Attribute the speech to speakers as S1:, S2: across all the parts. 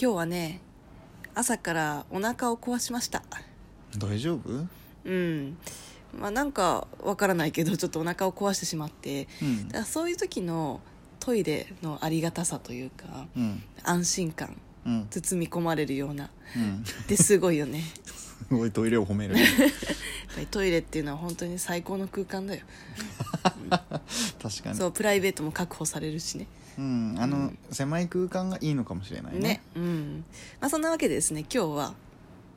S1: 今日はね朝からお腹を壊しました
S2: 大丈夫うん
S1: うんまあなんかわからないけどちょっとお腹を壊してしまってだからそういう時のトイレのありがたさというか
S2: うん
S1: 安心感
S2: うん
S1: 包み込まれるような
S2: うん
S1: ってすごいよね
S2: すごいトイレを褒める
S1: やっぱりトイレっていうのは本当に最高の空間だよ
S2: 確かに
S1: そうプライベートも確保されるしね
S2: うんあの、
S1: うん
S2: 狭い空間がいいのかもしれないね
S1: ねうん、まあ、そんなわけでですね今日は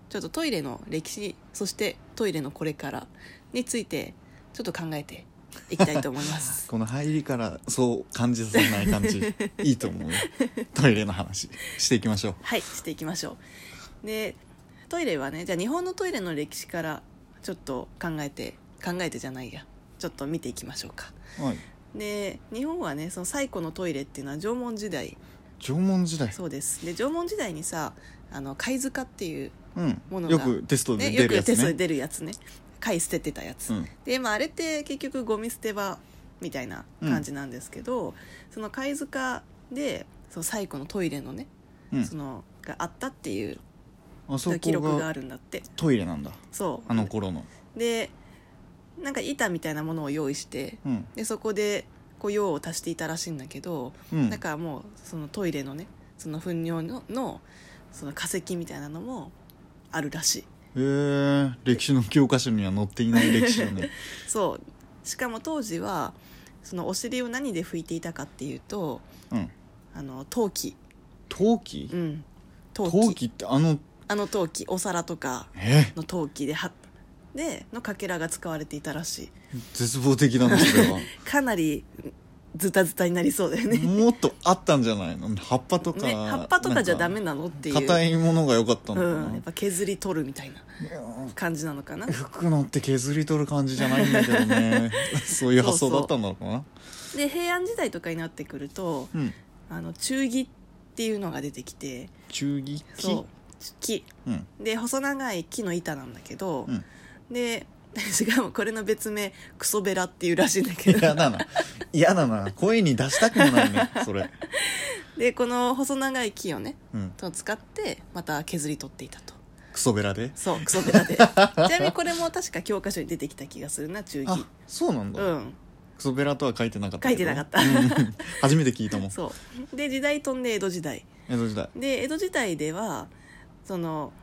S1: ちょっとトイレの歴史そしてトイレのこれからについてちょっと考えていきたいと思いま す
S2: この入りからそう感じさせない感じいいと思うトイレの話していきましょう
S1: はいしていきましょうでトイレはねじゃあ日本のトイレの歴史からちょっと考えて考えてじゃないやちょっと見ていきましょうか
S2: はい
S1: で日本はねその最古のトイレっていうのは縄文時代
S2: 縄文時代
S1: そうですで縄文時代にさあの貝塚っていう、も
S2: う
S1: のが
S2: んよくテストで
S1: ね、
S2: 出
S1: よ
S2: るや
S1: く
S2: つね
S1: テストで出るやつね貝捨ててたやつ、
S2: うん
S1: で、まあ、あれって結局ゴミ捨て場みたいな感じなんですけど、その貝塚でその最古のトイレのね、
S2: うん
S1: そのがあったっていう
S2: あそ
S1: 記
S2: こ
S1: 録があ
S2: が
S1: るんだって
S2: トイレなんだ
S1: そう
S2: あの頃の
S1: でなんか板みたいなものを用意して
S2: うん
S1: でそこでこう用を足していたらしいんだけど、
S2: うん
S1: だからもうそのトイレのねその糞尿ののその化石みたいなのもあるらしい
S2: へえ歴史の教科書には載っていない歴史だね
S1: そうしかも当時はそのお尻を何で拭いていたかっていうと
S2: うん
S1: あの陶器
S2: 陶器
S1: うん陶器
S2: 陶器ってあの
S1: あの陶器お皿とか
S2: え
S1: の陶器ではでのかけらが使われていたらしい
S2: 絶望的だなそれは
S1: かなりズタズタになりそうだよね
S2: もっとあったんじゃないの葉っぱとか、
S1: ね葉っぱとかじゃダメ
S2: っ
S1: なのって
S2: て
S1: いう
S2: 硬いものが良かったのか
S1: うん、
S2: な、
S1: やっぱ削り取るみたいない
S2: やー
S1: 感じなのかな
S2: 服のって削り取る感じじゃないんだけど ねそういう発想だったんだろうな
S1: で平安時代とかになってくると
S2: うん
S1: あの中木っていうのが出てきて
S2: 中木
S1: そう木
S2: うん
S1: で細長い木の板なんだけど、
S2: うん
S1: で しかもこれの別名クソベラっていうらしいんだけど
S2: 嫌だな嫌だな声に出したくもないねそれ
S1: でこの細長い木をね
S2: うん
S1: と使ってまた削り取っていたと
S2: クソベラで
S1: そうクソベラ でちなみにこれも確か教科書に出てきた気がするな中
S2: あ
S1: 木
S2: そうなんだ、
S1: うん
S2: クソベラとは書いてなかったけど
S1: 書いてなかった
S2: うん初めて聞いたもん
S1: そうで時代飛んで江戸時代
S2: 江戸時代
S1: で江戸時代ではその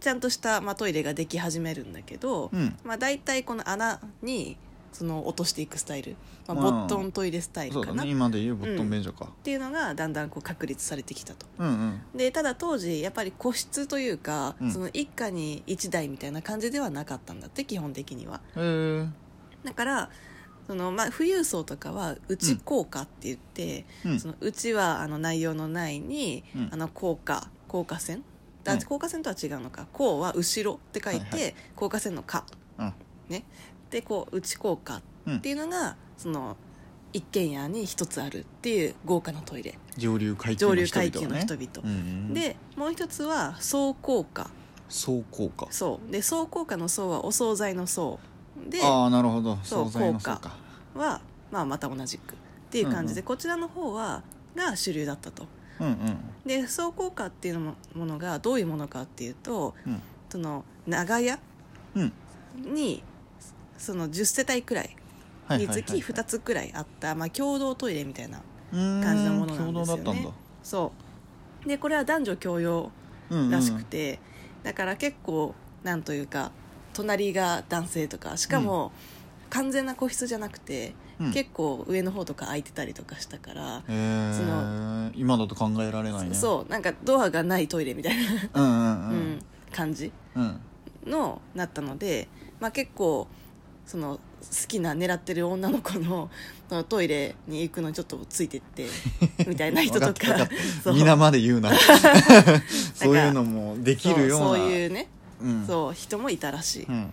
S1: ちゃんとした、まあ、トイレができ始めるんだけど、
S2: うん
S1: まあ、大体この穴にその落としていくスタイル、まあ、
S2: ま
S1: ボ
S2: あ
S1: ットントイレスタイ
S2: そ
S1: ル
S2: う
S1: か
S2: だ
S1: な、
S2: ね今で言うボットン便所か、
S1: っていうのがだんだんこう確立されてきたと
S2: うん、うん
S1: でただ当時やっぱり個室というか、
S2: うん
S1: その一家に一台みたいな感じではなかったんだって基本的には
S2: へえ
S1: だからその、まあ、富裕層とかは内効果って言って、
S2: うん
S1: その内はあの内容のないに、
S2: うん
S1: あの効果効果線だ
S2: うん
S1: 効果線とは違うのか「効」は後ろって書いて、
S2: はいは
S1: 効果線の「か
S2: うん」
S1: ねでこう内効果っていうのが、その一軒家に一つあるっていう豪華なトイレ
S2: 上流階級
S1: 上
S2: の
S1: 流
S2: 人
S1: 階
S2: 々
S1: 級
S2: は
S1: の
S2: ね
S1: 人々、
S2: うんうん、
S1: でもう一つは総効果
S2: 総効果
S1: そうで総効果の総はお惣菜の総で
S2: ああなるほど
S1: そう
S2: 惣菜の
S1: 効果は、まあ、また同じくっていう感じで、
S2: う
S1: こちらの方はが主流だったと
S2: うんうん
S1: で総効果っていうのもものがどういうものかっていうと
S2: うん
S1: その長屋
S2: うん
S1: にその10世帯くらい
S2: はい
S1: に
S2: はい
S1: つき2つくらいあった、まあ、共同トイレみたいな感じのものなんですよね
S2: うー共同だったんだ
S1: そうでこれは男女共用
S2: うんうん
S1: らしくて、だから結構なんというか隣が男性とかしかも完全な個室じゃなくて、
S2: うん
S1: 結構上の方とか空いてたりとかしたから、
S2: へー
S1: そ
S2: 今だと考えられないねう
S1: そうなんかドアがないトイレみたいな、
S2: うんうん
S1: う
S2: うんん、
S1: 感じ
S2: うん
S1: のなったので、まあ、結構その好きな狙ってる女の子のそのトイレに行くのにちょっとついてって みたいな人と
S2: わ
S1: か
S2: かった
S1: そう
S2: 皆まで言う なそういうのもできるような
S1: そうそういうね、
S2: うん
S1: そう人もいたらしい、
S2: うん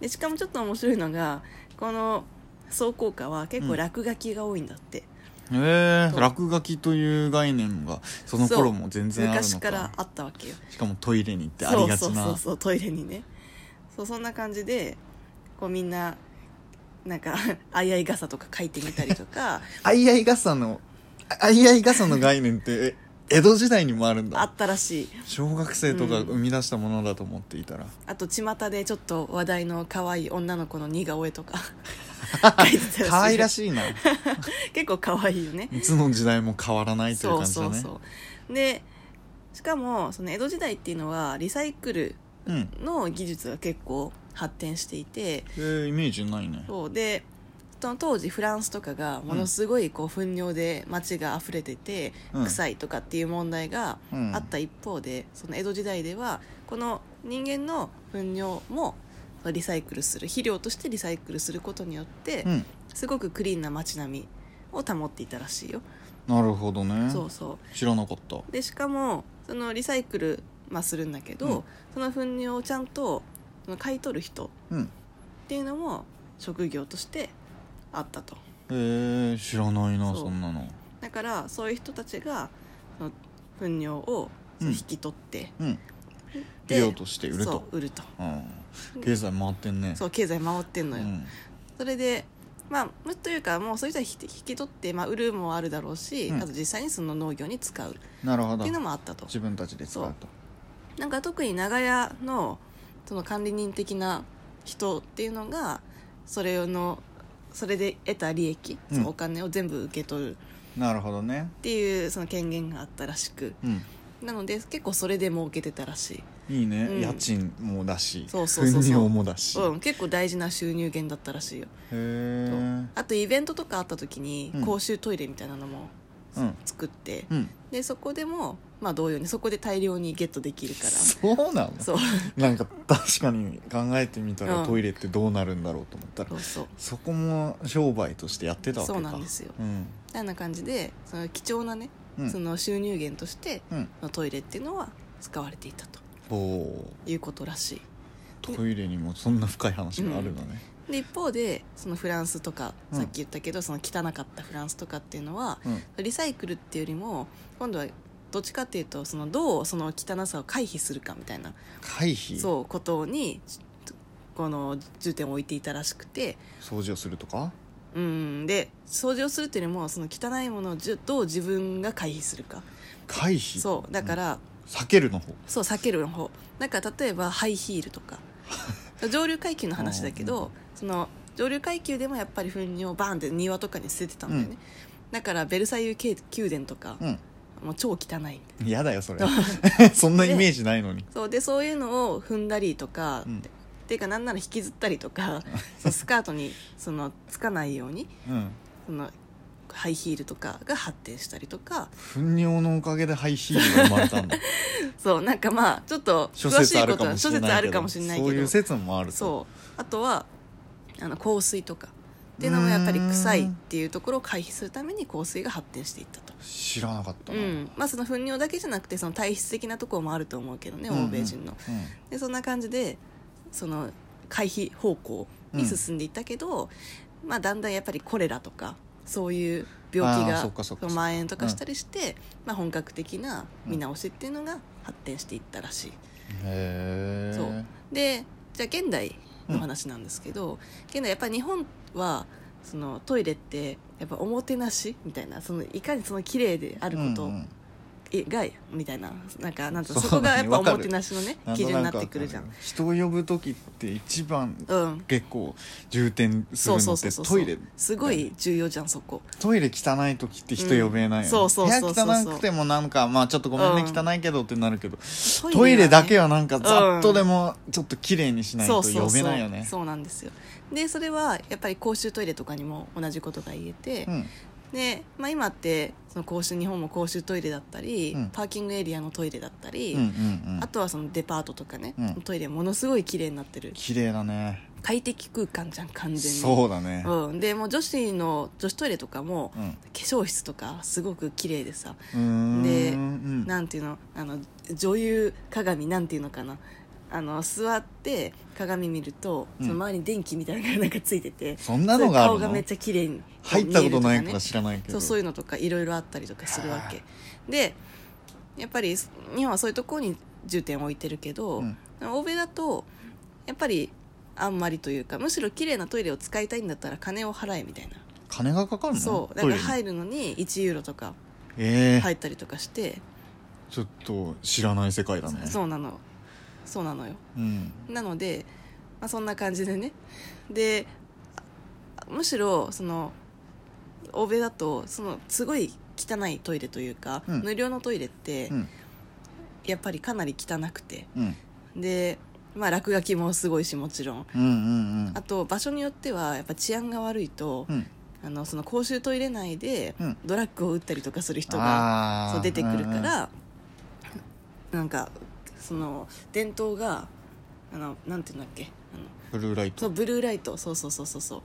S1: でしかもちょっと面白いのがこの総効果は結構落書きが多いんだって、
S2: へえ
S1: そう
S2: 落書きという概念がその頃も全然ある
S1: 昔
S2: の
S1: か
S2: から
S1: あったわけよ
S2: しかもトイレに行ってあ
S1: そ
S2: り
S1: う
S2: がち
S1: そうそう
S2: な
S1: そうトイレにねそうそんな感じでこうみんななんか あいあ い傘とか書いてみたりとか
S2: あいあい傘のあいあい傘の概念ってえ江戸時代にもあるん
S1: あ
S2: だ
S1: ったらしい
S2: 小学生とか生み出したものだと思っていたら、
S1: あと巷でちょっと話題の可愛い女の子の似顔絵と か書いてたらしい
S2: 可愛らしいな
S1: 結構可愛いよね
S2: いつの時代も変わらないという
S1: そう
S2: 感じ
S1: そ
S2: だ
S1: うそ
S2: ね
S1: うでしかもその江戸時代っていうのはリサイクル
S2: うん、
S1: の技術が結構発展していて
S2: えーイメージないね
S1: そうでその当時フランスとかがものすごいこう糞尿で街が溢れてて、
S2: うん
S1: 臭いとかっていう問題が
S2: うん
S1: あった一方で、その江戸時代ではこの人間の糞尿もそのリサイクルする肥料としてリサイクルすることによって、
S2: うん
S1: すごくクリーンな街並みを保っていたらしいよ、
S2: なるほどね
S1: そうそう
S2: 知らなかった
S1: でしかもそのリサイクル、まあ、するんだけど、
S2: うん
S1: その糞尿をちゃんとその買い取る人っ
S2: うん
S1: ていうのも職業としてあったと
S2: えー、知らないな
S1: そう
S2: そんなの
S1: だからそういう人たちがその糞尿をその
S2: うん
S1: 引き取って、
S2: うん
S1: で
S2: 利用として売ると
S1: そう売ると
S2: うん経済回ってんね
S1: そう経済回ってん
S2: う
S1: のよ、
S2: ん
S1: それでまあむというかもうそういう人は引き引き取って、まあ、売るもあるだろうし、
S2: うん
S1: あと実際にその農業に使うっ
S2: なるほど
S1: ていうのもあったと
S2: 自分たちで使うと
S1: なんか特に長屋のその管理人的な人っていうのがそれのそれで得た利益、
S2: うん
S1: そのお金を全部受け取るっ
S2: なるほどね
S1: ていうその権限があったらしく
S2: うん
S1: なので結構それで儲けてたらし
S2: いいね、
S1: うん
S2: 家賃もだし
S1: そうそうそうそう
S2: 糞尿もだし、
S1: い、うん、結構大事な収入源だったらしいよ
S2: へえ
S1: あとイベントとかあった時に
S2: うん
S1: 公衆トイレみたいなのも
S2: うん
S1: 作って、
S2: うん
S1: でそこでもまあ同様にそこで大量にゲットできるから
S2: そうなの
S1: そう
S2: なんか確かに考えてみたら、
S1: うん
S2: トイレってどうなるんだろうと思ったら
S1: そうそう
S2: そこも商売としてやってたわけ
S1: そ
S2: か
S1: うなんですよ
S2: うん
S1: あんな感じでその貴重なね、
S2: うん
S1: その収入源として
S2: うん
S1: のトイレっていうのは使われていたと
S2: お
S1: いうことらし
S2: ートイレにもそんな深い話があるのね、
S1: いで一方でそのフランスとか
S2: うん
S1: さっき言ったけど、その汚かったフランスとかっていうのは
S2: うん
S1: リサイクルっていうよりも今度はどっちかっていうとそのどうその汚さを回避するかみたいな
S2: 回避
S1: そうことにこの重点を置いていたらしくて
S2: 掃除をするとか
S1: うんで掃除をするっていうよりもその汚いものをじゅどう自分が回避するか
S2: 回避
S1: そうだか
S2: ん
S1: ら、
S2: 避けるの方
S1: そう避けるの方なんか例えばハイヒールと か上流階級の話だけ
S2: うんうん
S1: どその上流階級でもやっぱり糞尿をバーンって庭とかに捨ててたんだよね、
S2: うん
S1: だからベルサイユ宮宮殿とか、
S2: うん
S1: もう超汚い
S2: 嫌だ よそれそんなイメージないのに
S1: そうでそういうのを踏んだりとか、
S2: うん
S1: っていうかなんなら引きずったりとかそうスカートにそのつかないように
S2: うん
S1: そのハイヒールとかが発展したりとか
S2: 糞尿のおかげでハイヒールが生まれたんだ
S1: そうなんかまあちょっと
S2: 諸
S1: 詳しい
S2: 説あ
S1: こ
S2: る
S1: と
S2: か
S1: は
S2: もし
S1: 諸
S2: れな
S1: 説
S2: いけど
S1: あるかもしれないけど
S2: そういう説もあると
S1: そうあとはあの香水とかっていうのもやっぱり臭いっていうところを回避するために香水が発展していったと、
S2: 知らなかった
S1: う
S2: な、
S1: んまあ、その糞尿だけじゃなくてその体質的なところもあると思うけどね、
S2: うんうん
S1: 欧米人の
S2: うん
S1: でそんな感じでその回避方向に進んでいったけど、まあ、だんだんやっぱりコレラとかそういう病気
S2: あー
S1: が
S2: そっかそっか
S1: の蔓延とかしたりして、まあ、本格的な見直しっていうのが発展していったらしい。
S2: へえ
S1: そうでじゃあ現代の話なんですけど、現代やっぱり日本はそのトイレってやっぱおもてなしみたいなそのいかにその綺麗であること、
S2: うんうん
S1: えがみたいななんかなんと
S2: そう
S1: そこがやっぱお
S2: わかる
S1: もてなしのね
S2: んと
S1: 基準になっ
S2: くわ
S1: て
S2: か
S1: くるじゃん。
S2: 人を呼ぶ時って一番
S1: うん
S2: 結構重点す
S1: そう
S2: る
S1: そう
S2: のっ
S1: そう
S2: て
S1: そう
S2: トイレ
S1: すごい重要じゃんそこ
S2: トイレ汚い時って人呼べ
S1: う
S2: ないよね
S1: んそうそうそうそうそう
S2: 部屋汚くてもなんかまあちょっとごめんね、
S1: うん
S2: 汚いけどってなるけど
S1: ト
S2: トイレだけ
S1: は
S2: はなんかざっとでもちょっと綺麗にしない
S1: そ
S2: と
S1: うそう
S2: 呼
S1: そ
S2: べ
S1: う
S2: ないよね
S1: そうなんですよでそれはやっぱり公衆トイレとかにも同じことが言えて、
S2: うん
S1: で、まあ、今ってその公衆日本も公衆トイレだったり、
S2: うん
S1: パーキングエリアのトイレだったり、
S2: うんうんうん
S1: あとはそのデパートとかね、
S2: うん
S1: トイレものすごい綺麗になってる
S2: 綺麗だね
S1: 快適空間じゃん完全に
S2: そうだね
S1: うん、でもう女子の女子トイレとかも、
S2: う
S1: 化
S2: ん
S1: 粧室とかすごく綺麗でさ、
S2: うーん
S1: で
S2: うん
S1: なんていうのあの女優鏡なんていうのかなあの座って鏡見ると、
S2: うん
S1: その周りに電気みたいなのがなん かついてて
S2: そんなのがある
S1: それ顔がめっ
S2: の
S1: ちゃ綺麗に
S2: 入ったことない
S1: 見える
S2: か
S1: と
S2: ら知らないけ
S1: そ
S2: ど
S1: うそういうのとかいろいろあったりとかするわけでやっぱり日本はそういうところに重点を置いてるけど、
S2: うん
S1: 欧米だとやっぱりあんまりというかむしろ綺麗なトイレを使いたいんだったら金を払えみたいな、
S2: 金がかかるの
S1: そうだ
S2: ト
S1: から
S2: イレに
S1: 入るのに1ユーロとか
S2: ええ
S1: 入ったりとかして、
S2: ちょっと知らない世界だね
S1: そうなのそうなのよ
S2: うん
S1: なので、まあ、そんな感じでねであむしろその欧米だとそのすごい汚いトイレというか、
S2: うん
S1: 無料のトイレって
S2: うん
S1: やっぱりかなり汚くて
S2: うん
S1: で、まあ、落書きもすごいしもちろん
S2: うんうんうん
S1: あと場所によってはやっぱ治安が悪いと、
S2: うん
S1: あのその公衆トイレ内で
S2: うん
S1: ドラッグを打ったりとかする人が
S2: あー
S1: そう出てくるから、なんかその伝統があのなんていうんだっけあの
S2: ブルーライ
S1: そ
S2: ト
S1: うブルーライトそうそうそうそうそう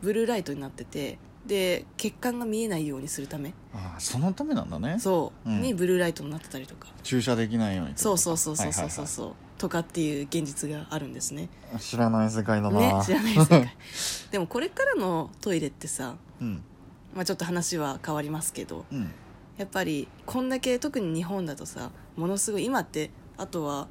S1: ブルーライトになっててで血管が見えないようにするため
S2: ああそのためなんだね
S1: そう、
S2: うん
S1: にブルーライトになってたりとか
S2: 注射できないように
S1: そうそうそうそうそうそう
S2: はい
S1: そう、とかっていう現実があるんですね
S2: はいはい知らない世界だな
S1: ね知らない世 界でもこれからのトイレってさ、
S2: うん
S1: まあ、ちょっと話は変わりますけど
S2: うん
S1: やっぱりこんだけ特に日本だとさものすごい今ってあとは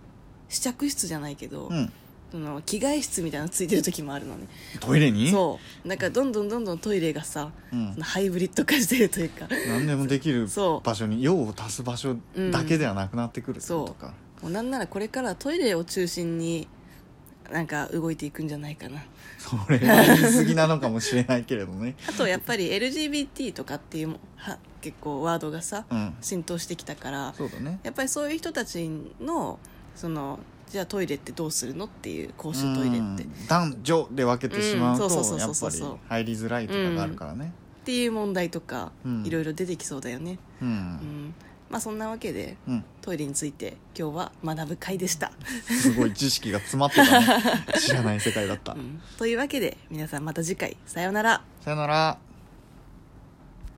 S1: 試着室じゃないけど、
S2: うん
S1: その着替え室みたいなのついてる時もあるのね
S2: トイレに
S1: そうなんかどんどんどんどんトイレがさ
S2: うん
S1: そのハイブリッド化してるというか
S2: 何でもできる
S1: そう
S2: 場所に用を足す場所だけではなくなってくるってことか、
S1: もうなんならこれからトイレを中心になんか動いていくんじゃないかな
S2: それは言い過ぎなのかもしれないけれどね
S1: あとやっぱり LGBT とかっていうもは結構ワードがさ
S2: うん
S1: 浸透してきたから
S2: そうだね
S1: やっぱりそういう人たちのそのじゃあトイレってどうするのっていう公衆トイレ
S2: う
S1: ってっ
S2: ん男女で分けてしまうと
S1: うんそうそう
S2: や
S1: そう
S2: っ
S1: そ
S2: ぱ
S1: うそう
S2: り入りづらいとかがあるからね
S1: ていう問題とか
S2: うん
S1: いろいろ出てきそうだよね、
S2: う
S1: うん
S2: ん、
S1: まあそんなわけで
S2: うん、
S1: トイレについて今日は学ぶ会でした、
S2: すごい知識が詰まってたね知らない世界だった、
S1: うんというわけで皆さんまた次回さようなら
S2: さよなら